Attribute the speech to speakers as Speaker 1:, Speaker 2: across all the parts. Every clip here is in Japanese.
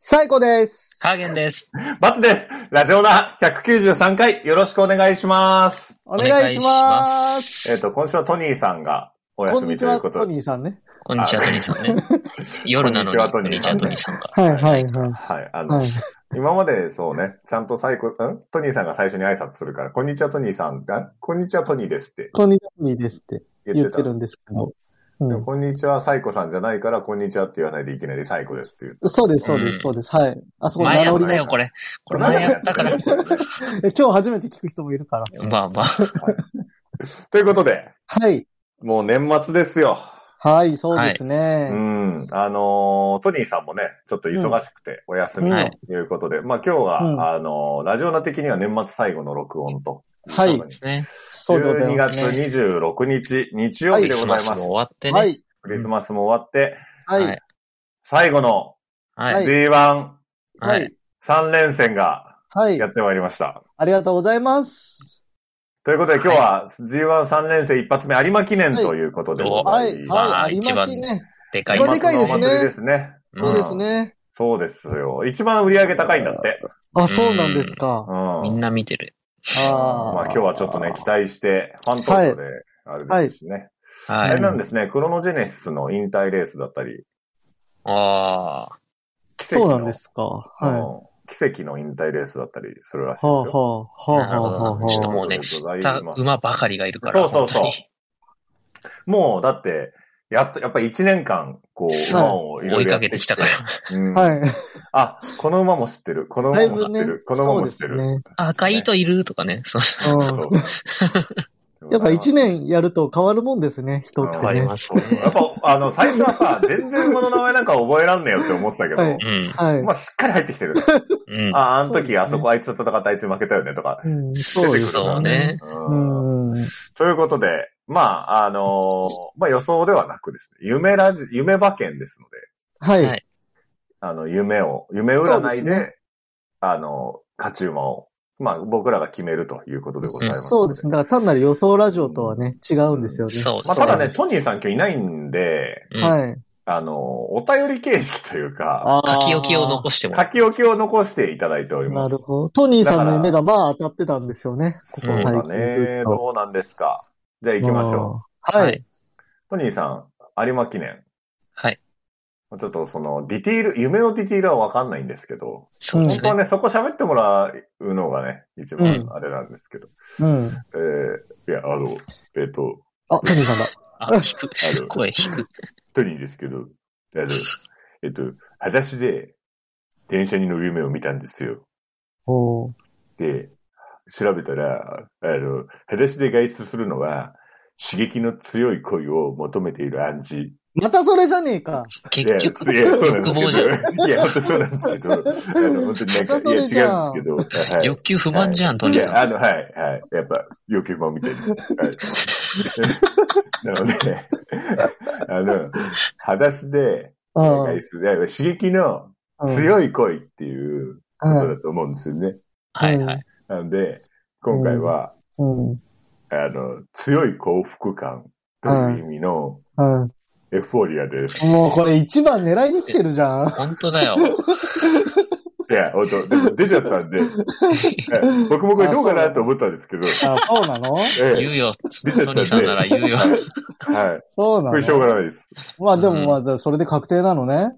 Speaker 1: 最高です。
Speaker 2: ハーゲンです。
Speaker 3: バツです。ラジオナ193回よろしくお願いします。
Speaker 1: お願いしま
Speaker 2: お願い
Speaker 1: す。
Speaker 3: えっ、と、今週はトニーさんがお
Speaker 1: こ
Speaker 3: 休
Speaker 1: ん
Speaker 3: み
Speaker 1: にち
Speaker 3: という
Speaker 1: は、
Speaker 3: こと
Speaker 1: ト
Speaker 3: で。
Speaker 1: ニーさんね。
Speaker 2: こんにちは、トニーさんね。夜なのに、
Speaker 3: こ
Speaker 2: こ
Speaker 3: ん
Speaker 2: ん
Speaker 3: に
Speaker 2: に
Speaker 3: ち
Speaker 2: ち
Speaker 3: は
Speaker 2: は、
Speaker 3: ト
Speaker 2: ト
Speaker 3: ニ
Speaker 2: ニ
Speaker 3: ー
Speaker 2: ーさ
Speaker 3: さ
Speaker 2: んが。
Speaker 1: はい、はい、はい。
Speaker 3: はい。あの、
Speaker 1: はい、
Speaker 3: 今までそうね、ちゃんと最高、んトニーさんが最初に挨拶するから、こんにちはトニーさんが、こんにちはトニーですって
Speaker 1: こんにちは、トニーですって
Speaker 3: 言っ
Speaker 1: 言ってて
Speaker 3: た。
Speaker 1: るんですけど。う
Speaker 3: でも
Speaker 1: ん、
Speaker 3: こんにちはサイコさんじゃないから、こんにちはって言わないでいきなりサイコですって言う。
Speaker 1: そうです、そうで
Speaker 2: う
Speaker 1: す、
Speaker 2: ん
Speaker 1: そうです。はい。あそこ
Speaker 2: 前
Speaker 1: 名
Speaker 2: や
Speaker 1: 乗
Speaker 2: っ
Speaker 1: り
Speaker 2: た
Speaker 1: ね
Speaker 2: よ、。これ。これ前やった から。
Speaker 1: え今日初めて聞く人もいるから。
Speaker 2: まあまあ。
Speaker 3: ということで、
Speaker 1: はい。
Speaker 3: もう年末ですよ。
Speaker 1: はい、そうです
Speaker 3: う
Speaker 1: ね。
Speaker 3: ん。あのートニーさんもね、ちょっと忙しくてお休み
Speaker 2: はい
Speaker 3: ということで、まあ今日は、
Speaker 1: うん
Speaker 3: あのーラジオナ的には年末最後の録音と。
Speaker 1: はい
Speaker 3: そうなん
Speaker 2: で
Speaker 3: です
Speaker 2: すね。
Speaker 1: そうでござい
Speaker 3: 12
Speaker 1: ます。
Speaker 3: 月26日、日曜日
Speaker 2: クリ
Speaker 3: でござ
Speaker 2: ス
Speaker 3: いま
Speaker 2: マ
Speaker 3: す。
Speaker 2: スも終わって
Speaker 1: は
Speaker 2: ね。
Speaker 1: い、
Speaker 3: クリスマスも終わって、
Speaker 1: はい、
Speaker 2: はい
Speaker 3: 最後の
Speaker 2: は
Speaker 1: はい
Speaker 2: い。
Speaker 3: G13
Speaker 1: は
Speaker 2: はいい。、
Speaker 3: 連戦が
Speaker 1: はい
Speaker 3: や。ってまいりました。
Speaker 1: ありがとうございます。
Speaker 3: ということで今日は G13 連戦一発目有馬記念ということでご
Speaker 1: は
Speaker 3: ざ
Speaker 1: い、
Speaker 3: います。
Speaker 2: ま
Speaker 1: は
Speaker 2: あ
Speaker 1: い、有
Speaker 2: 一
Speaker 1: 馬
Speaker 2: 番
Speaker 1: 記念。
Speaker 2: でか
Speaker 1: はいい。これでかいですね
Speaker 3: 年末のお祭りですね。
Speaker 2: うん
Speaker 1: そうですね。
Speaker 3: そうですよ。一番売り上げ高いんだって。
Speaker 1: あ、そうなんですか
Speaker 3: う。
Speaker 2: みんな見てる。
Speaker 1: あー
Speaker 3: まあ今日はちょっとね、期待して、ファン投票で、あれですしね。
Speaker 2: は
Speaker 3: あれ
Speaker 2: い。
Speaker 3: なんですね、クロノジェネシスの引退レースだったり、
Speaker 2: ああ。
Speaker 3: 奇
Speaker 1: そ
Speaker 3: 跡
Speaker 1: う
Speaker 3: の
Speaker 1: なんですか。
Speaker 3: あ
Speaker 1: はい。
Speaker 3: の奇跡の引退レースだったりするらしい
Speaker 1: はあ、
Speaker 3: ですよ。
Speaker 1: はあ、は
Speaker 2: なる
Speaker 1: あ、
Speaker 2: ほ
Speaker 1: はあ、は
Speaker 2: ど。
Speaker 1: あ。
Speaker 2: ちょっともうね、知った馬ばかりがいるから。
Speaker 3: そうそうそう
Speaker 2: 本当に
Speaker 3: もう、だって、やっと、やっぱり一年間、こう、
Speaker 1: はい
Speaker 3: 馬をいろ
Speaker 2: 追
Speaker 3: い
Speaker 2: い
Speaker 3: ろや
Speaker 2: か
Speaker 3: っ。
Speaker 2: けてきたからら。
Speaker 3: うん
Speaker 1: はい。
Speaker 3: あ、この馬も知ってる。この
Speaker 1: だ
Speaker 3: 馬
Speaker 1: い
Speaker 3: も知っ
Speaker 1: ぶ
Speaker 3: て
Speaker 1: ね
Speaker 3: る。。この馬も知ってる。
Speaker 2: あ赤い糸いるとかね。そう。
Speaker 1: そうですね
Speaker 3: そう
Speaker 1: うん やっぱ一年やると変わるもんですね、人って
Speaker 3: 変
Speaker 2: わり
Speaker 1: ね。
Speaker 2: ます
Speaker 3: そうそうやっぱ、あの、最初はさ、全然馬の名前なんか覚えらんねえよって思ってたけど、
Speaker 1: はい
Speaker 2: うん。
Speaker 1: はい。
Speaker 3: まあ、しっかり入ってきてる。
Speaker 2: うん。
Speaker 3: あ、あの時、あ
Speaker 1: そです
Speaker 3: そう
Speaker 1: ね
Speaker 3: こあいつと戦ったあいつ負けたよねとか。
Speaker 1: うん
Speaker 3: 出
Speaker 1: そ
Speaker 3: て
Speaker 1: う
Speaker 3: く
Speaker 1: で
Speaker 3: る
Speaker 1: す
Speaker 3: か
Speaker 2: そ
Speaker 3: ら
Speaker 2: うね。
Speaker 1: う
Speaker 3: う
Speaker 1: ん。
Speaker 3: ん
Speaker 1: は。
Speaker 3: ということで、まあ、あのーまあ予想ではなくですね、夢ラジ、夢馬券ですので、
Speaker 2: はいい
Speaker 3: あの、夢を、夢占
Speaker 1: そ
Speaker 3: いうで、
Speaker 1: ですね
Speaker 3: あの、勝ち馬を、まあ、僕らが決めるということでございます。
Speaker 1: そうですね。だから単なる予想ラジオとはね、違うんですよね。
Speaker 2: そう
Speaker 3: まあ、
Speaker 2: そう
Speaker 3: ただね、トニーさん今日いないんで、
Speaker 2: うん
Speaker 1: はい。
Speaker 3: あの、お便り形式というか、
Speaker 1: あー
Speaker 2: 書き置きを残してもら
Speaker 3: 書
Speaker 2: う。
Speaker 3: き置きを残していただいており
Speaker 1: な
Speaker 3: ます。
Speaker 1: るほど。トニーさんの夢がまあ当たってたんですよね。ここ
Speaker 3: そう
Speaker 1: 最
Speaker 3: だ
Speaker 1: 近ず
Speaker 3: ね
Speaker 1: っ。と。
Speaker 3: どうなんですか。じゃあ行きま
Speaker 1: う
Speaker 3: しょ
Speaker 1: ん。は。
Speaker 2: はいい。
Speaker 3: う。トニーさん、有馬記念。
Speaker 2: はい。
Speaker 3: ちょっとその、ディティール、夢のディティールはわかんないんですけど、
Speaker 2: そうで
Speaker 3: 本
Speaker 2: す
Speaker 3: 当は
Speaker 2: ね。
Speaker 3: ね、そこ喋ってもらうのがね、一番
Speaker 1: う
Speaker 3: あれなんですけど。
Speaker 1: うん。
Speaker 3: えー、いや、あの、えっ、と、
Speaker 1: あ、トニーさんだ。
Speaker 2: あ、引く
Speaker 3: ある。
Speaker 2: 声引く。
Speaker 3: トニーですけど、あの、えっと、裸足で電車に乗る夢を見たんですよ。
Speaker 1: おー
Speaker 3: で、調べたら、あの、裸足で外出するのは、刺激の強い恋を求めている暗示。
Speaker 1: またそれじゃねえか。
Speaker 2: 結局、
Speaker 3: いやいやそうなんで
Speaker 2: 欲
Speaker 3: すけど
Speaker 2: 望じゃん。
Speaker 3: いや、本当そうなんですけど、あの、本当になん か、
Speaker 1: またそ
Speaker 3: いや、
Speaker 1: れ
Speaker 3: 違うんです
Speaker 1: じ
Speaker 3: け
Speaker 1: ゃん
Speaker 3: ど、はい。
Speaker 2: 欲求不満じゃん、トニーさ
Speaker 3: いや、
Speaker 2: ん。
Speaker 3: あの、はい、はい。やっぱ、欲求もみたいです。はい。な ので、あの、裸足で、
Speaker 1: うん。
Speaker 3: 外出で、やっぱ刺激の強い恋っていう
Speaker 1: う
Speaker 3: こと
Speaker 1: ん。
Speaker 3: だと思うんですよね。
Speaker 2: はいはい。
Speaker 3: なので、今回は、
Speaker 1: うん。
Speaker 3: あの、強い幸福感という意味の
Speaker 1: うん。
Speaker 3: エフフォーリアです。
Speaker 1: もうこれ一番狙いに来てるじ ゃん。
Speaker 2: 本当だよ。
Speaker 3: いや、本当でも出ちゃったんで、はい僕もこれどうかなと思ったんですけど、
Speaker 1: あ、そうなの
Speaker 3: え
Speaker 2: 言うよ。
Speaker 3: 出
Speaker 2: ト
Speaker 3: ちゃった
Speaker 2: ニ
Speaker 3: ね
Speaker 2: ーさんなら言うよ。
Speaker 3: え、はい。
Speaker 1: そうな
Speaker 3: これしょう
Speaker 1: の
Speaker 3: がないです。
Speaker 1: まあでもまあ、じゃあそれで確定なのね。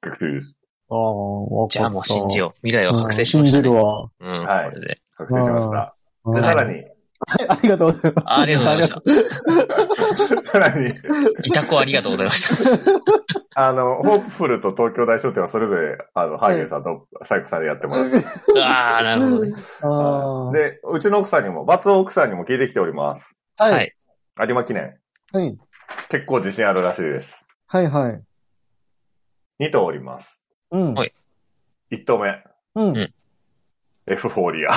Speaker 3: 確定です。
Speaker 1: ああ、わかった
Speaker 2: じゃあもう信じよう。未来は
Speaker 1: うん
Speaker 2: 確定しまし
Speaker 1: 信
Speaker 2: た
Speaker 1: じ
Speaker 2: ね。
Speaker 1: るわ。
Speaker 2: うん、
Speaker 3: はい
Speaker 2: これで。
Speaker 3: 確定しました。
Speaker 1: うん
Speaker 3: で、
Speaker 1: は
Speaker 3: さ
Speaker 1: い
Speaker 3: らに、
Speaker 1: ありがとうございます。
Speaker 2: ありがとうございました。
Speaker 3: さらに、
Speaker 2: いたこありがとうございました。
Speaker 3: あの、ホープフルと東京大商店はそれぞれ、あの、ハーゲンさんとサイコさんでやってもらって。
Speaker 2: ああ、なるほどね。
Speaker 1: ああ。
Speaker 3: で、うちの奥さんにも、バツオ奥さんにも聞いてきております。
Speaker 1: は。
Speaker 2: はいい。
Speaker 3: 有馬記念。
Speaker 1: はい。
Speaker 3: 結構自信あるらしいです。
Speaker 1: はいはい。
Speaker 3: 2頭おります。
Speaker 1: うん
Speaker 2: はい。
Speaker 3: 1頭目、
Speaker 1: うん。
Speaker 3: エフフォーリア。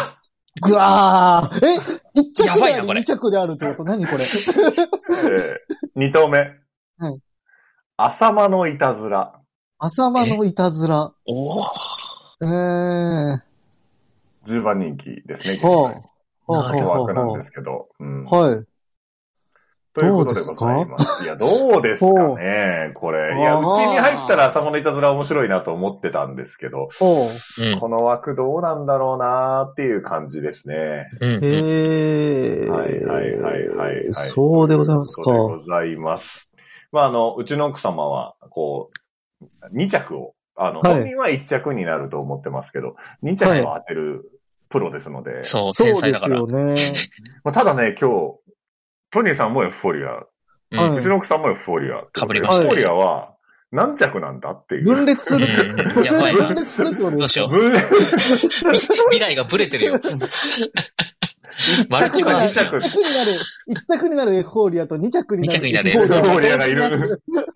Speaker 1: ぐわーえ一着
Speaker 2: やば
Speaker 1: で
Speaker 2: い
Speaker 1: あ
Speaker 2: な
Speaker 1: り
Speaker 2: これ
Speaker 1: 二着であるってこと何これ
Speaker 3: えー、2頭目、
Speaker 1: うん
Speaker 3: 浅間のいたずら。
Speaker 1: 浅間のいたずら。
Speaker 2: おお。
Speaker 1: ええー。
Speaker 3: 10番人気ですね。
Speaker 1: ほう
Speaker 3: 現
Speaker 1: ほ
Speaker 3: 在。
Speaker 1: う
Speaker 3: こ
Speaker 1: ほう
Speaker 3: の
Speaker 1: ほ
Speaker 3: 枠
Speaker 1: う
Speaker 3: なん
Speaker 1: ほ
Speaker 3: ですけど。うん
Speaker 1: う。はい。
Speaker 3: ということでございます。いや、どうですか
Speaker 1: お
Speaker 3: ね、これ。いや、
Speaker 1: あー
Speaker 3: うちに入ったら朝のいたずら面白いなと思ってたんですけど、
Speaker 1: おう。
Speaker 2: うん
Speaker 3: この枠どうなんだろうなっていう感じですね。
Speaker 2: うんうん。
Speaker 1: へえ。
Speaker 3: はいはいはいはい、はい。
Speaker 1: そうでございますか
Speaker 3: と。うことでございます。まあ、あの、うちの奥様は、こう、2着を、あの、
Speaker 1: はい
Speaker 3: 本人は1着になると思ってますけど、2着を当てるプロですので、
Speaker 2: そう、
Speaker 1: そう
Speaker 2: 天才
Speaker 1: で
Speaker 2: だか
Speaker 1: す
Speaker 2: ら
Speaker 1: よ。ね。
Speaker 3: まあ、ただね、今日、トニーさんもエフフォリア、
Speaker 2: う
Speaker 1: はい
Speaker 2: ん
Speaker 3: うちの奥さんもエフフォリア。
Speaker 2: 被りました
Speaker 3: エ
Speaker 2: ね
Speaker 3: フフォリアは何着なんだっていう。
Speaker 1: 分裂するって
Speaker 2: うん
Speaker 1: 途中
Speaker 2: やば
Speaker 1: で
Speaker 2: いな
Speaker 1: 分裂するってこと
Speaker 2: ど
Speaker 1: で
Speaker 2: う
Speaker 1: す
Speaker 2: しよう。
Speaker 3: 分裂
Speaker 2: 未来がブレて るよ。マルチ
Speaker 3: 着
Speaker 2: バー
Speaker 3: が2
Speaker 2: スじゃん。
Speaker 3: 着。
Speaker 1: 1着になる、一着になるエフフォーリアと2着になる。
Speaker 2: 二着になる
Speaker 1: エフフォーリア
Speaker 3: エフフォーリ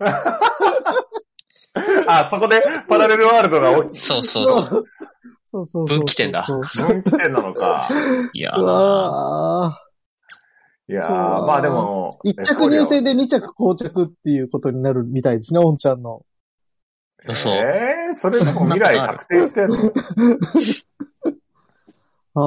Speaker 3: ア がい。あ、そこでパラレルワールドが
Speaker 2: そうそうそう。
Speaker 1: う。そうそうそう。
Speaker 2: 分岐点だ
Speaker 3: 分岐点なのか。
Speaker 2: いや
Speaker 1: う
Speaker 2: ー
Speaker 1: わあ。
Speaker 3: いやー
Speaker 1: そうだな
Speaker 3: まあでも。
Speaker 1: 1着入選で2着膠着っていうことになるみたいですね、おんちゃんの。
Speaker 2: 嘘
Speaker 3: えー、それでも未来確定してんの
Speaker 1: ああ、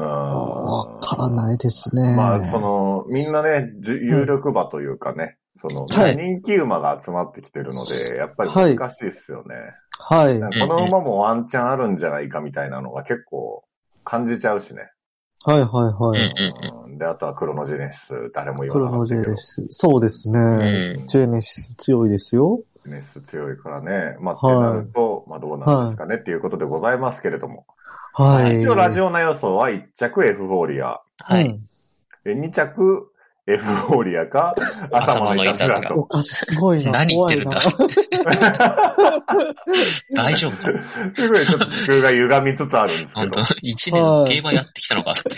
Speaker 1: わから
Speaker 3: い。
Speaker 1: ないですね。
Speaker 3: まあ、その、みんなね、じゅ有力馬というかね、その、
Speaker 1: はい
Speaker 3: 人気馬が集まってきてるので、やっぱり難しいですよね。
Speaker 1: はい。
Speaker 3: な
Speaker 1: は
Speaker 3: んかこの馬もワンチャンあるんじゃないかみたいなのが結構感じちゃうしね。
Speaker 1: いはいはい。
Speaker 2: うん
Speaker 3: うんで、あとはクロノジェネシス、誰も言
Speaker 1: クロ
Speaker 3: わなか
Speaker 1: ノ
Speaker 3: っ
Speaker 1: ジ
Speaker 3: たけ
Speaker 1: ェ
Speaker 3: ど
Speaker 1: ネ。シス。そうですね。
Speaker 2: うん
Speaker 1: ジェネシス強いですよ。
Speaker 3: ジェネシス強いからね。まあ、って
Speaker 1: はい
Speaker 3: なると、まあどうなんですかねっていうことでございますけれども。
Speaker 1: はい。
Speaker 3: 一応ラジオな予想は1着エフフォーリア、
Speaker 2: は
Speaker 1: う
Speaker 2: い。
Speaker 1: ん
Speaker 3: え2着エフフォーリアか、朝までいたずら
Speaker 1: お
Speaker 3: と。
Speaker 1: かし、すごいな。
Speaker 2: 何言ってるんだ
Speaker 1: 怖いな
Speaker 2: 大丈 夫か
Speaker 3: ということでちょっと時空が歪みつつあるんですけ
Speaker 2: 本当
Speaker 3: ど。
Speaker 2: 一年競馬やってきたのかって。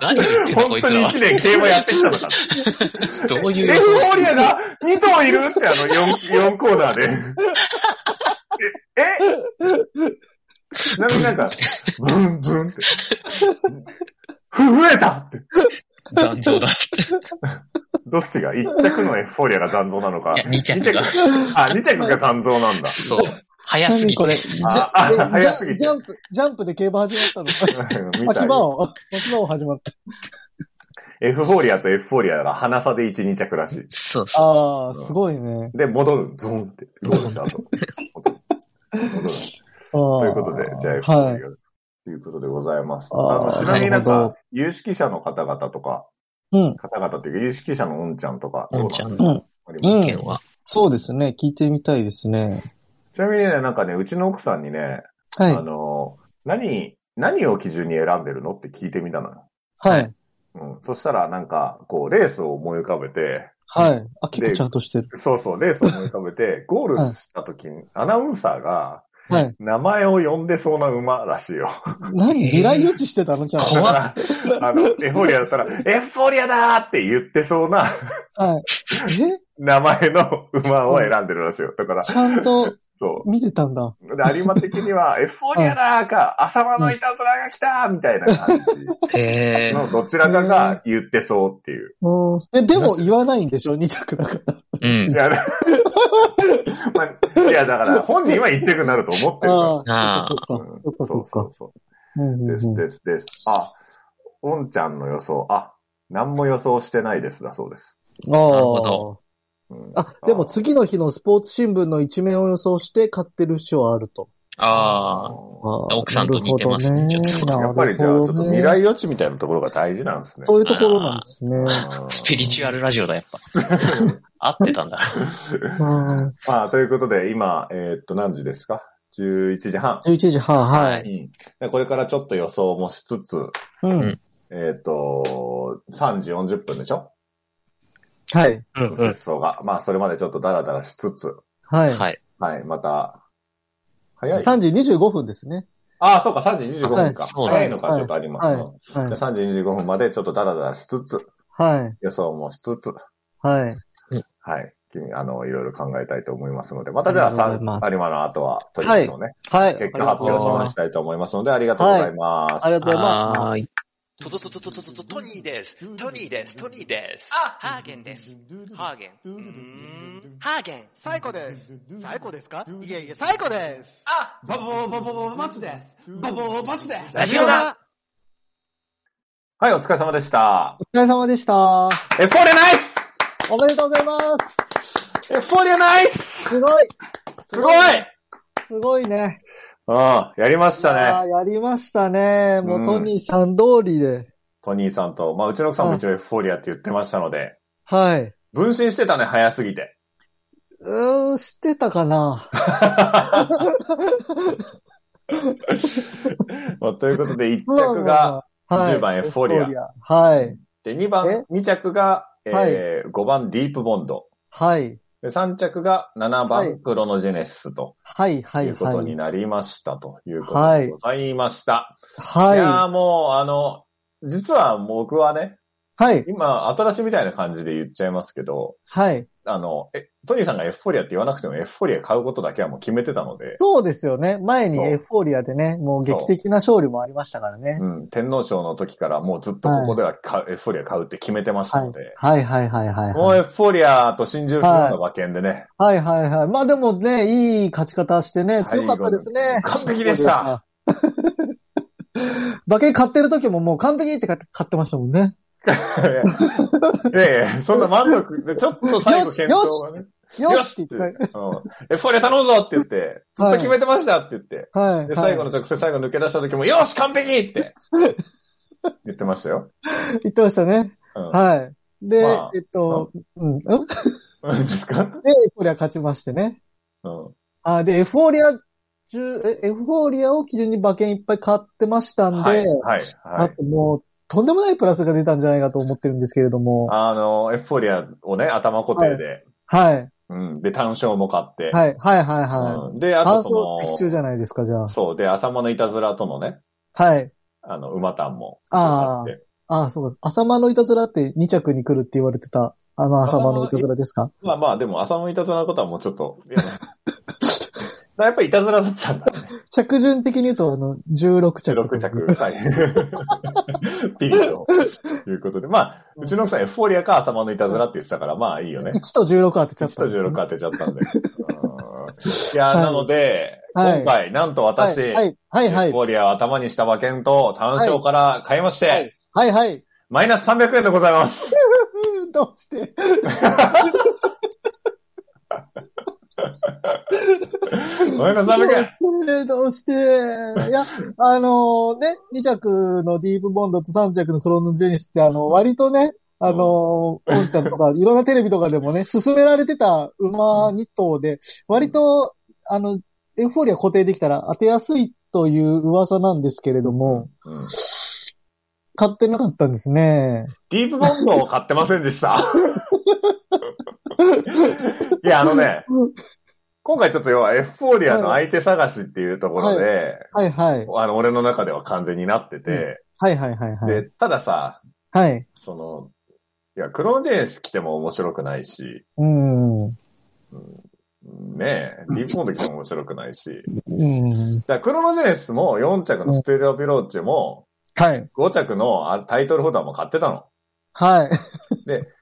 Speaker 2: 何を言ってんだこ
Speaker 3: 本
Speaker 2: い
Speaker 3: 当
Speaker 2: つ
Speaker 3: に
Speaker 2: らは
Speaker 3: 1。年競馬やってきたのか。
Speaker 2: どういう予
Speaker 3: エフ
Speaker 2: 想
Speaker 3: フォ
Speaker 2: し
Speaker 3: ーリ
Speaker 2: て
Speaker 3: ア
Speaker 2: んの
Speaker 3: が2頭いるってあの 4, 4コーナーで。ええちなみになんか、ブンブンって。増えたって。
Speaker 2: 残像だって。
Speaker 3: どっちが ?1 着のエフフォーリアが残像なの か。
Speaker 2: いや、2着が。
Speaker 3: あ、2着が残像なんだ。
Speaker 2: そう。早す
Speaker 1: 何
Speaker 2: ぎ
Speaker 1: こ
Speaker 2: て。
Speaker 1: れ。
Speaker 3: ああ
Speaker 1: えジャ
Speaker 3: 早すぎて
Speaker 1: ジャンプ、ジャンプで競馬始まった の。
Speaker 3: みた
Speaker 1: 秋
Speaker 3: い
Speaker 1: 葉王、秋葉王始まった。
Speaker 3: エフフォーリアとエフフォーリアが鼻差で1、2着らしい。
Speaker 2: そうそう。
Speaker 1: ああ、すごいね。
Speaker 3: で、戻る。ズンって。ゴールした後。戻る。
Speaker 1: と
Speaker 3: ということで、じゃあエフフォー
Speaker 1: はい
Speaker 3: リ。ア。ということでございます。あ
Speaker 1: あー
Speaker 3: のちなみになん
Speaker 1: なるほ
Speaker 3: か、有識者の方々とか、
Speaker 1: うん。
Speaker 3: 方々というか、有識者のおんちゃんとか、
Speaker 2: おんちゃん
Speaker 1: う
Speaker 2: の
Speaker 1: ん。
Speaker 3: あります
Speaker 2: 意見は。
Speaker 1: そうですね。聞いてみたいですね。
Speaker 3: ちなみにね、なんかね、うちの奥さんにね、
Speaker 1: はい
Speaker 3: あ。の、何、何を基準に選んでるのって聞いてみたのよ。
Speaker 1: はい。
Speaker 3: うん。そしたら、なんか、こう、レースを思い浮かべて、
Speaker 1: はい。あ、結構ちゃんとしてる。
Speaker 3: そうそう、レースを思い浮かべて、ゴールした時に、アナウンサーが、
Speaker 1: はい。
Speaker 3: 名前を呼んでそうな馬らしいよ。
Speaker 1: 何未来予知してたのちゃんと。
Speaker 2: 怖っ
Speaker 3: だから あの、エフフォーリアだったら、エフフォーリアだーって言ってそうな
Speaker 1: はい。え
Speaker 3: 名前の馬を選んでるらしいよ。だから、
Speaker 1: ちゃんと
Speaker 3: そ
Speaker 1: 見てたんだ。
Speaker 3: う。で有馬的 には、エフフォーリアだーか、朝間のいたずらが来たーみたいな感じ
Speaker 2: へえ。
Speaker 3: のどちらかが言ってそうっていう。
Speaker 1: うんえ、でも言わないんでしょ二着だから。
Speaker 2: うん
Speaker 3: い。や、 まあいやだから、本人は一着になると思ってるか
Speaker 1: ああ、そっ
Speaker 3: ら。
Speaker 1: かそっか。そっかそっか。
Speaker 3: そう。
Speaker 1: うんうんう
Speaker 3: で
Speaker 1: ん
Speaker 3: す、です、です。あ、おんちゃんの予想。あ、何も予想してないですだそうです。
Speaker 1: ああ
Speaker 2: なるほど
Speaker 3: うん
Speaker 1: あ、でも次の日のスポーツ新聞の一面を予想して買ってる人はあると。
Speaker 2: ああ。
Speaker 1: ああ
Speaker 2: 奥さんと似てますね
Speaker 1: なるほど
Speaker 2: ちょっと
Speaker 3: やっぱりじゃあ、ちょっと未
Speaker 1: なるほどね
Speaker 3: 来予知みたいなところが大事なんですね。
Speaker 1: そういうところなんですね。
Speaker 3: うん
Speaker 2: スピリチュアルラジオだ、やっ ぱ。合ってたんだ。
Speaker 1: うん
Speaker 3: まあ、ということで、今、えーっと、何時ですか ?11 時半。
Speaker 1: 11時半、はい。
Speaker 3: うんでこれからちょっと予想もしつつ、
Speaker 1: うん。
Speaker 3: えーっと、3時40分でしょ
Speaker 1: はい。
Speaker 2: うん
Speaker 3: 出走が。まあ、それまでちょっとダラダラしつつ、
Speaker 1: はい。
Speaker 2: はい。
Speaker 3: はい、また、早い。
Speaker 1: 3時25分ですね。
Speaker 3: ああ、そうか、3時25分か。
Speaker 2: はいそうだ
Speaker 3: 早いのか、ちょっとありますね。
Speaker 1: はいはい。
Speaker 3: じゃあ3時25分までちょっとダラダラしつつ、
Speaker 1: はい。
Speaker 3: 予想もしつつ、
Speaker 1: はい。
Speaker 3: はい。君、あの、いろいろ考えたいと思いますので、またじゃあ、
Speaker 1: ありがとうございま
Speaker 3: 3、有馬の後は、というのね、
Speaker 1: はい。
Speaker 3: 結果発表しましたいと思いますので、ありがとうございます。
Speaker 1: ありがとうございます。
Speaker 2: はーい。
Speaker 4: トトトトトトトトトニーです。トニーです。トニーです。あハーゲンです。ハーゲン。うーんハーゲン。
Speaker 5: 最高です。最高ですかいえいえ、最高です。
Speaker 6: あバボーバボーバボーバツですバボーバツです
Speaker 4: ラジオだ
Speaker 3: はい、お疲れ様でした。
Speaker 1: お疲れ様でした。
Speaker 3: エフフォーリアナイス
Speaker 1: おめでとうございます。
Speaker 3: エフフォーリアナイス
Speaker 1: すごい。
Speaker 3: すごい
Speaker 1: すごいね。
Speaker 3: うん、やりました
Speaker 1: いや
Speaker 3: ね。
Speaker 1: ーやりましたね。もううんトニーさん通りで。
Speaker 3: トニーさんと、まあ、うちの奥さんも一応エフフォーリアって言ってましたので、
Speaker 1: はい。
Speaker 3: 分身してたね、早すぎて。
Speaker 1: うーん、知ってたかな
Speaker 3: まあということで、1着が、10番エフフォーリア
Speaker 1: ア。はい。
Speaker 3: で、2番
Speaker 1: え、
Speaker 3: 2着が、え
Speaker 1: はい
Speaker 3: ー5番ディープボンド。
Speaker 1: はい。
Speaker 3: で、3着が7
Speaker 1: は
Speaker 3: 番
Speaker 1: い
Speaker 3: クロノジェネシスと
Speaker 1: はい、はいい、
Speaker 3: うことに
Speaker 1: は
Speaker 3: なりましたということ
Speaker 1: は
Speaker 3: で
Speaker 1: い
Speaker 3: ございました。い
Speaker 1: い。
Speaker 3: や
Speaker 1: は
Speaker 3: ーもう、あの、実は僕はね、
Speaker 1: い。はい。
Speaker 3: 今、後出しみたいな感じで言っちゃいますけど、
Speaker 1: はい。
Speaker 3: あの、え、トニーさんがエフフォリアって言わなくてもエフフォリア買うことだけはもう決めてたので、
Speaker 1: そうですよね。前に
Speaker 3: そう
Speaker 1: エフフォーリアでね、もう劇的な勝利もありましたからね
Speaker 3: う。ん、天皇賞の時からもうずっとここではか、エフフォリア買うって決めてましたので、
Speaker 1: はい、はい、はい、はい。
Speaker 3: もう
Speaker 1: はい
Speaker 3: エフフォリアと心中するような馬券でね、
Speaker 1: はい、はいはい。まあでもね、いい勝ち方してね、強かったですね。
Speaker 3: 完璧でした。
Speaker 1: 馬券買ってる時ももう完璧って買って買ってましたもんね。
Speaker 3: いやいやいや、そんな満足で、ちょっと最後検討がね。
Speaker 1: よし
Speaker 3: っ
Speaker 1: ってて
Speaker 3: 言
Speaker 1: 言
Speaker 3: っ。
Speaker 1: って
Speaker 3: うん。え、フォリア頼むぞって言って、ずっと決めてましたって言って。
Speaker 1: て。はい。
Speaker 3: で、
Speaker 1: はい
Speaker 3: 最後の直線最後抜け出した時も、よし完璧 って言ってましたよ。
Speaker 1: 言ってましたね。
Speaker 3: うん。
Speaker 1: はい。で、
Speaker 3: まあ
Speaker 1: えっと、うん、うん。で、エフ
Speaker 3: 何 ですか
Speaker 1: フォーリア勝ちましてね。
Speaker 3: うん。
Speaker 1: あで、エフフォーリア中、えエフフォーリアを基準に馬券いっぱい買ってましたんで、
Speaker 3: はい、はい、は
Speaker 1: あ
Speaker 3: い。
Speaker 1: ともう、とんでもないプラスが出たんじゃないかと思ってるんですけれども、
Speaker 3: あの、エフフォリアをね、頭固定で、
Speaker 1: はい。
Speaker 3: うん。で、単勝も買って。
Speaker 1: はい、はい、はい、は
Speaker 3: うんで、
Speaker 1: い。
Speaker 3: あ
Speaker 1: 半
Speaker 3: と
Speaker 1: 走的中
Speaker 3: そ
Speaker 1: じゃないですか、じゃあ
Speaker 3: の、。そう、で、浅間のいたずらとのね、
Speaker 1: はい。
Speaker 3: あの、馬単も、
Speaker 1: あー
Speaker 3: 買って。
Speaker 1: ああ、そうか。浅間のいたずらって2着に来るって言われてた、あの浅間のいたずらですか
Speaker 3: まあまあ、でも、浅野いたずらのことはもうち ょっと、いややっぱりいたずらだった んだね。
Speaker 1: 着順的に言うと、あの、16着。
Speaker 3: 16着。はい。 ピリッと。ということで。まあ、うちの奥さん、エフフォーリアか浅間のいたずらって言ってたから、まあいいよね。
Speaker 1: 1と16当てちゃっ
Speaker 3: 1
Speaker 1: た
Speaker 3: と
Speaker 1: んですね、
Speaker 3: 16当てちゃったん で。うんいや、
Speaker 1: はい
Speaker 3: なので、
Speaker 1: はい
Speaker 3: 今回、なんと私、
Speaker 1: はい、はい、は
Speaker 3: エ
Speaker 1: い
Speaker 3: フフ。ォーリアを頭にした馬券と単勝から買いまして、
Speaker 1: はいはい、はい。
Speaker 3: マイナス300円でござい ます。
Speaker 1: うんどうして
Speaker 3: マイナス300円。
Speaker 1: えーどうしていや、あのね、2着のディープボンドと3着のクロノジェニスって、あの、割とね、あのー、ポンちゃんとか、い ろんなテレビとかでもね、勧められてた馬2頭で、割と、あの、エフフォーリア固定できたら当てやすいという噂なんですけれども、
Speaker 3: うん
Speaker 1: 買ってなかったんですね。
Speaker 3: ディープボンドを買ってませんでした。 いや、あのね
Speaker 1: うん、
Speaker 3: 今回ちょっと要はエフフォーリアの相手探しっていうところで、
Speaker 1: はいはい。
Speaker 3: あの、俺の中では完全になってて、
Speaker 1: はいはいはいはい。
Speaker 3: で、たださ、
Speaker 1: はい。
Speaker 3: その、いや、クローデンス来ても面白くないし、
Speaker 1: うん。う
Speaker 3: ねえ、ディープボンド来ても面白くないし。
Speaker 1: ん。
Speaker 3: だからクロノジェネシスも4着のステレオピローチェも
Speaker 1: はい。
Speaker 3: 5着のあタイトルホルダーも買ってたの。
Speaker 1: はい。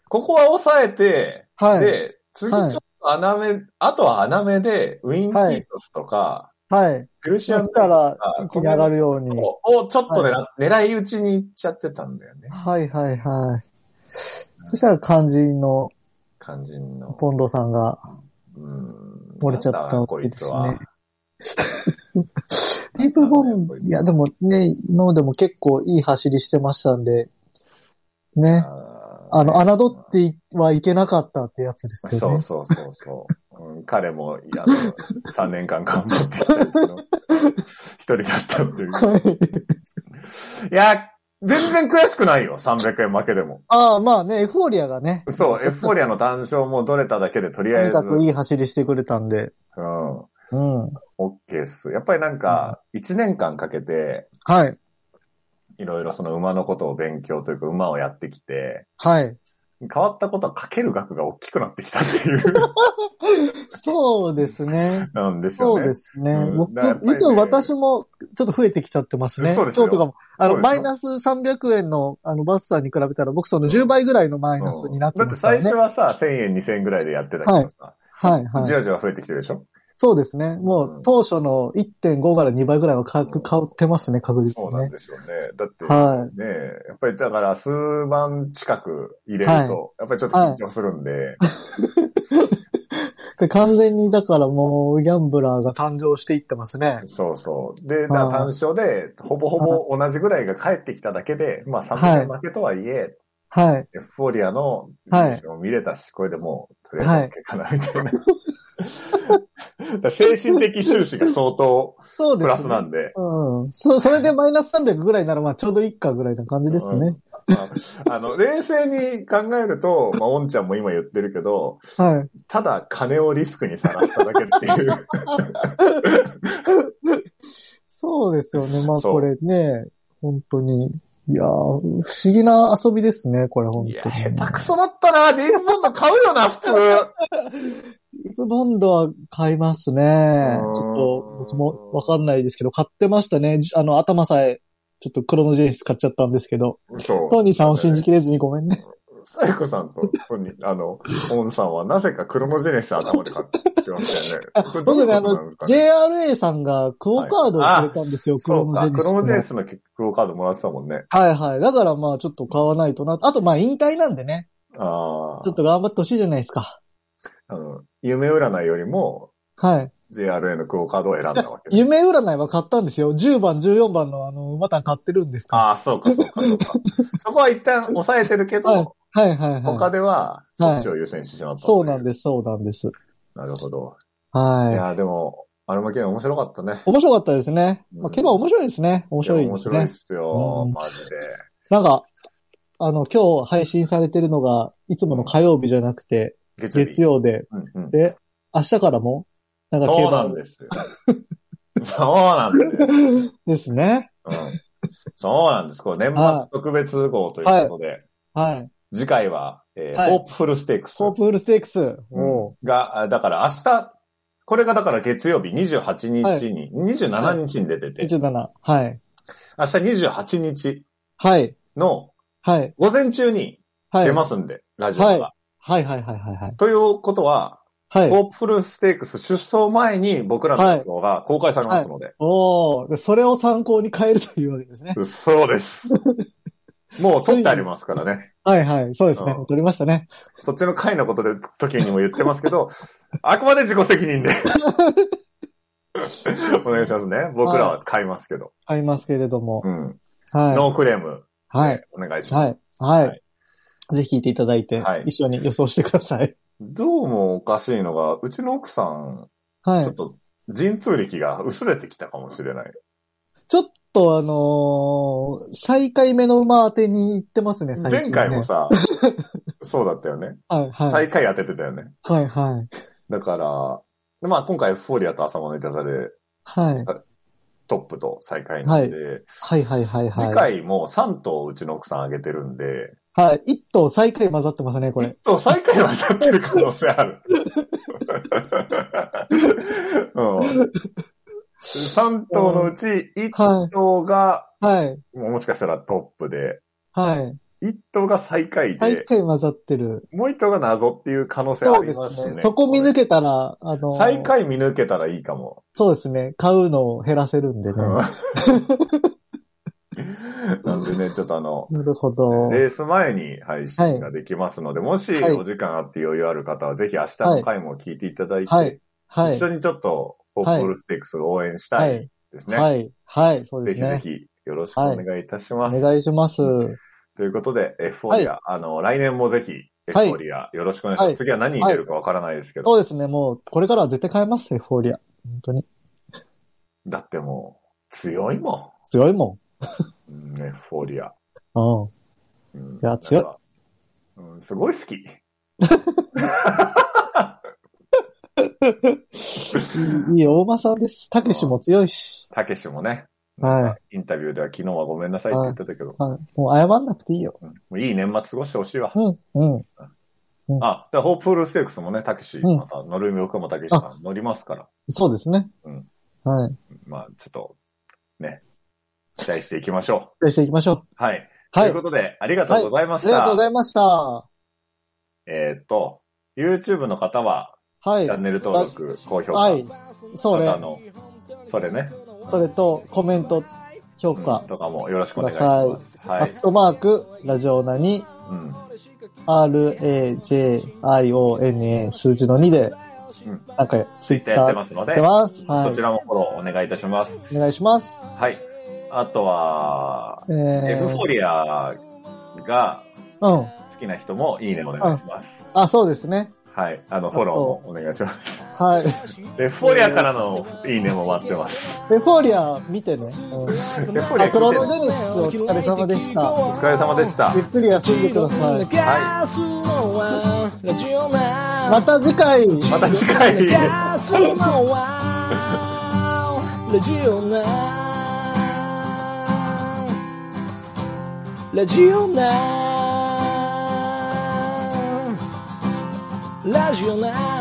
Speaker 3: ここは抑えて、
Speaker 1: はい。
Speaker 3: で、次ちょっと穴目、あとは穴目で、ウィン・キートスとか、
Speaker 1: はい。
Speaker 3: ペルシアン
Speaker 1: 来たら
Speaker 3: あ
Speaker 1: 一気に上がるように。
Speaker 3: ををちょっと狙,、狙い撃ちに行っちゃってたんだよね。
Speaker 1: はいはいはい。そしたら肝心の
Speaker 3: 肝心の。
Speaker 1: ポンドさんが
Speaker 3: うん。
Speaker 1: 漏れちゃった
Speaker 3: なんだ
Speaker 1: わ
Speaker 3: こ
Speaker 1: け
Speaker 3: い
Speaker 1: で
Speaker 3: つ
Speaker 1: す
Speaker 3: は
Speaker 1: ね。。ディープボン、いやでもね、今までも結構いい走りしてましたんで、ね、あの、侮っ、てはいけなかったってやつですよ
Speaker 3: そう
Speaker 1: ね。
Speaker 3: そうそうそう、うん彼も、いや、あの3年間頑張ってきたうちの一人だったっていう。
Speaker 1: はい
Speaker 3: いや、全然悔しくないよ、300円負けでも。
Speaker 1: ああ、まあね、エフフォーリアがね、
Speaker 3: そう、エフフォリアの単勝も取れただけで、とり
Speaker 1: と
Speaker 3: あえ
Speaker 1: に
Speaker 3: ず。
Speaker 1: かく
Speaker 3: う
Speaker 1: いい走りしてくれたんで、
Speaker 3: ん。
Speaker 1: うん。は
Speaker 3: オッケーっす。やっぱりなんか、一年間かけて、
Speaker 1: い、
Speaker 3: いろいろその馬のことを勉強というか、馬をやってきて、
Speaker 1: はい。
Speaker 3: 変わったことはかける額が大きくなってきたっていう、
Speaker 1: そうですね。
Speaker 3: なんですよね。
Speaker 1: そうですね。
Speaker 3: うん
Speaker 1: 僕、
Speaker 3: だからやっぱりね
Speaker 1: 一応私もちょっと増えてきちゃってますね。
Speaker 3: そうですよ
Speaker 1: 今日とかも。あの、
Speaker 3: そうです
Speaker 1: マ
Speaker 3: よ
Speaker 1: イナス300円の、あの、バスさんに比べたら、僕その10倍ぐらいのマイナスになって
Speaker 3: だっ
Speaker 1: ま
Speaker 3: て
Speaker 1: すから
Speaker 3: 最
Speaker 1: ね。
Speaker 3: 初はさ、1000円、2000円ぐらいでやってたけどさ、
Speaker 1: はい、は
Speaker 3: じ
Speaker 1: い。
Speaker 3: わじわ増えてきてるでしょ
Speaker 1: そうですね。も
Speaker 3: うん
Speaker 1: う当初の1.5から2倍ぐらいは価格変わってますね、確実
Speaker 3: そう
Speaker 1: に
Speaker 3: なん
Speaker 1: ね。
Speaker 3: ですよね。だって、
Speaker 1: は
Speaker 3: ねえ、やっぱりだから数万近く入れると、
Speaker 1: はい
Speaker 3: やっぱりちょっと緊張するんで、
Speaker 1: い。これ完全にだからもうギャンブラーが誕生していってますね。
Speaker 3: そうそう。で、だから単勝で、ほぼほぼ同じぐらいが返ってきただけで、まあ3分負けとはいえ、
Speaker 1: はい。
Speaker 3: エフフォーリアの
Speaker 1: はい
Speaker 3: ニュースを見れたし、これでもう、とりあえず OK かな、み たいな。だから精神的収支が相当
Speaker 1: そうです、
Speaker 3: プ
Speaker 1: ね。
Speaker 3: ラスなんで、
Speaker 1: うん。そ、それでマイナス300ぐらいなら、まあ、ちょうどいいかぐらいな感じですね。
Speaker 3: ああの、冷静に考えると、まあ、おんちゃんも今言ってるけど、
Speaker 1: はい。
Speaker 3: ただ金をリスクにさらしただけって いう。
Speaker 1: そうですよね。まあ、
Speaker 3: そう
Speaker 1: これね、本当に。いやー不思議な遊びですね、これ、本
Speaker 3: いや、
Speaker 1: 当に。
Speaker 3: 下手くそだったな、ディープボンド買うよな、普通。
Speaker 1: リブボンドは買いますね。ち
Speaker 3: ん
Speaker 1: ょっと、僕もわかんないですけど、買ってましたね。じあの、頭さえ、ちょっとクロノジェネシス買っちゃったんですけど。
Speaker 3: そう。
Speaker 1: トニーさんを信じきれずにごめんね。
Speaker 3: サイコさんと、ここにあの、オンさんはなぜかクロノジェネシス頭で買ってましたよね。これどうい
Speaker 1: 僕
Speaker 3: うこ
Speaker 1: ね、 あ
Speaker 3: となん
Speaker 1: の
Speaker 3: ですか、ね
Speaker 1: JRA さんがクオカードをくれたんですよ、ク
Speaker 3: そ
Speaker 1: ロ
Speaker 3: う
Speaker 1: ノジェ
Speaker 3: か、
Speaker 1: ネシス
Speaker 3: ク
Speaker 1: の。
Speaker 3: ロノジェネシスのキックオフカードもらってたもんね。
Speaker 1: はいはい。だからまあちょっと買わないとな。あとまあ引退なんでね。
Speaker 3: ああ。
Speaker 1: ちょっと頑張ってほしいじゃないですか。
Speaker 3: あの、夢占いよりも、
Speaker 1: はい。
Speaker 3: JRA のクオカードを選んだわけ、ね。
Speaker 1: 夢占いは買ったんですよ。10番、14番のあの、馬単買ってるんですか
Speaker 3: ああ、そうか、そうか、そうか。そこは一旦抑えてるけど、
Speaker 1: はいはいはいは
Speaker 3: 他
Speaker 1: い。
Speaker 3: では、
Speaker 1: はい
Speaker 3: そっちを優先してしまった、
Speaker 1: そうなん
Speaker 3: す。
Speaker 1: です、そうなんです。
Speaker 3: なるほど。い
Speaker 1: は
Speaker 3: やー、でも、アルマケン面白かったね
Speaker 1: い。。面白かったですね。ま
Speaker 3: うん
Speaker 1: あ、競馬面白いですね。面白いです
Speaker 3: や面白い
Speaker 1: ね
Speaker 3: っ。すよ、
Speaker 1: うん
Speaker 3: マジで。
Speaker 1: なんか、あの、今日配信されてるのが、いつもの火曜日じゃなくて、
Speaker 3: 月
Speaker 1: 月曜で、
Speaker 3: うんうん
Speaker 1: で、明日からも、なんか競
Speaker 3: そうな
Speaker 1: 馬
Speaker 3: んですよ。そうなんですよ。
Speaker 1: ですね。
Speaker 3: うんそうなんです。これ年末特別号ということで、
Speaker 1: はい。
Speaker 3: 次回は、えー
Speaker 1: はい
Speaker 3: ホープフルステークス
Speaker 1: コープールステークス。おう
Speaker 3: が、あだから明日、これがだから月曜日28日に、27日に出てて、
Speaker 1: 27。はい。
Speaker 3: 明日28日
Speaker 1: はい。
Speaker 3: の
Speaker 1: はい。
Speaker 3: 午前中に
Speaker 1: はい。
Speaker 3: 出ますんで、ラジオが、
Speaker 1: はいはいはいはいはいはい。
Speaker 3: ということは、
Speaker 1: はい。
Speaker 3: ホープフルステークス出走前に僕らの予想が公開されますので、
Speaker 1: おーでそれを参考に変えるというわけですね。
Speaker 3: そ うです。もう撮ってありますからね。
Speaker 1: はいはい。そうですね
Speaker 3: うん。
Speaker 1: 取りましたね。
Speaker 3: そっちの回のことで、時にも言ってます けど、あくまで自己責任で。お願いしますね。僕らは買いますけど。
Speaker 1: 買いますけれども。
Speaker 3: うん。
Speaker 1: は
Speaker 3: ノークレー
Speaker 1: い。
Speaker 3: ム。
Speaker 1: はい。。
Speaker 3: お願いします。
Speaker 1: はい。は。
Speaker 3: はい
Speaker 1: ぜひ聞いていただいて
Speaker 3: はい、
Speaker 1: 一緒に予想してください。
Speaker 3: どうもおかしいのが、うちの奥さん、
Speaker 1: は
Speaker 3: ちょっ
Speaker 1: い。
Speaker 3: と、陣痛力が薄れてきたかもしれない。
Speaker 1: ちょっとあのー、最下位目の馬当てに行ってますね、最近、
Speaker 3: 前
Speaker 1: ね。
Speaker 3: 回 も。さ、そうだったよね。
Speaker 1: はいはい。
Speaker 3: 最下位当ててたよね。
Speaker 1: はいはい。
Speaker 3: だから、まあ今回フォーリアと朝間のいたさで
Speaker 1: はい。
Speaker 3: トップと最下位なんで、
Speaker 1: はいはいはいはい。
Speaker 3: 次。回も3頭うちの奥さんあげてるんで、
Speaker 1: はい。一頭最下位混ざってますね、これ。
Speaker 3: そう、最下位は当たってる可能性ある。 うん。3頭のうち1
Speaker 1: は
Speaker 3: 頭が、
Speaker 1: い。はい。
Speaker 3: もしかしたらトップで、
Speaker 1: はい。
Speaker 3: 1頭が最下位
Speaker 1: 最
Speaker 3: で、
Speaker 1: 下位混ざってる。
Speaker 3: もう1頭が謎っていう可能性あ
Speaker 1: そう
Speaker 3: り
Speaker 1: で
Speaker 3: ます
Speaker 1: す
Speaker 3: ね。
Speaker 1: ね。そこ見抜けたら、あのー、
Speaker 3: 最下位見抜けたらいいかも。
Speaker 1: そうですね。買うのを減らせるんでね。
Speaker 3: なんでね、ちょっとあの、
Speaker 1: なるほど。
Speaker 3: レース前に配信ができますので、もし
Speaker 1: はい
Speaker 3: お時間あって余裕ある方は、ぜひ明日の回も聞いていただいて、
Speaker 1: はい。はい
Speaker 3: 一。緒にちょっと、ホップフルステークスを応援した
Speaker 1: はいい。
Speaker 3: ですね。
Speaker 1: はい。はい。そうですね
Speaker 3: ぜ。ひぜひ、よろしくお願いいたします。
Speaker 1: お願いします。
Speaker 3: ということで、エフフォーリア、あの、来年もぜひ、エフフォーリア、よろしくお願いします。
Speaker 1: はい
Speaker 3: 次は何入れるかわからないですけど、
Speaker 1: そうですね。もう、これからは絶対買えますよ、フォーリア。本当に。
Speaker 3: だってもう、強いも
Speaker 1: 強いも
Speaker 3: んうん。エフフォーリア。
Speaker 1: ん。うん。
Speaker 3: う
Speaker 1: い
Speaker 3: ん、
Speaker 1: や強い
Speaker 3: なんかうん、すごい好き。
Speaker 1: いい大間さんです。たけしも強いし。
Speaker 3: たけしもね、
Speaker 1: は
Speaker 3: インタビューでは昨日はごめんなさいって言ってたけど、
Speaker 1: はい。もう謝んなくていいよ。
Speaker 3: うんもういい年末過ごしてほしいわ。
Speaker 1: うん。うん。
Speaker 3: あ、だからホープフルステークスもね、たけし、
Speaker 1: うん
Speaker 3: また乗るみ僕もたけしさん乗りますから。
Speaker 1: そうですね。
Speaker 3: うん
Speaker 1: はい。
Speaker 3: まあ、ちょっと、ね、期待していきましょ
Speaker 1: 期待していきましょう。
Speaker 3: う。はい。
Speaker 1: はい。
Speaker 3: という
Speaker 1: あ
Speaker 3: ことで、ありがとうございまし
Speaker 1: りが
Speaker 3: た。
Speaker 1: とうございました。は
Speaker 3: えーっと、YouTube の方は、
Speaker 1: は
Speaker 3: チ
Speaker 1: い。
Speaker 3: ャンネル登録、高評価。
Speaker 1: はい。そ
Speaker 3: ただ
Speaker 1: れ、
Speaker 3: の、それね。
Speaker 1: それと、コメント、評
Speaker 3: うん
Speaker 1: 価、
Speaker 3: とかもよろしくお願いします。は
Speaker 1: ア
Speaker 3: い
Speaker 1: ッ。トマーク、ラジオナに、
Speaker 3: うん。
Speaker 1: RAJIONA 数字の2で、
Speaker 3: うん
Speaker 1: なんか、ツ
Speaker 3: ツ
Speaker 1: イ
Speaker 3: イッ
Speaker 1: ッ
Speaker 3: タ
Speaker 1: ター
Speaker 3: ーやってますので、
Speaker 1: やってますはい
Speaker 3: そちらもフォローお願いいたします。
Speaker 1: お願いします。
Speaker 3: はい。あとは、
Speaker 1: え
Speaker 3: エフフ
Speaker 1: ー
Speaker 3: ォ、リアが
Speaker 1: うん。
Speaker 3: 好きな人もいいねお願いします。
Speaker 1: あ、そうですね。
Speaker 3: はい。あの、フォローもお願いします。
Speaker 1: はい。
Speaker 3: エフフォリアからのいいねも待ってます。
Speaker 1: エフフォーリア見てね。うん
Speaker 3: エフフォリア
Speaker 1: ア
Speaker 3: 来て
Speaker 1: ク
Speaker 3: ね
Speaker 1: ロノデニスお疲れ様でした。
Speaker 3: お疲れ様でした
Speaker 1: ゆっ。くり休んでください。
Speaker 6: はい
Speaker 1: また次回、
Speaker 3: また次回。
Speaker 6: ガスのはラジオなラジオなラジオな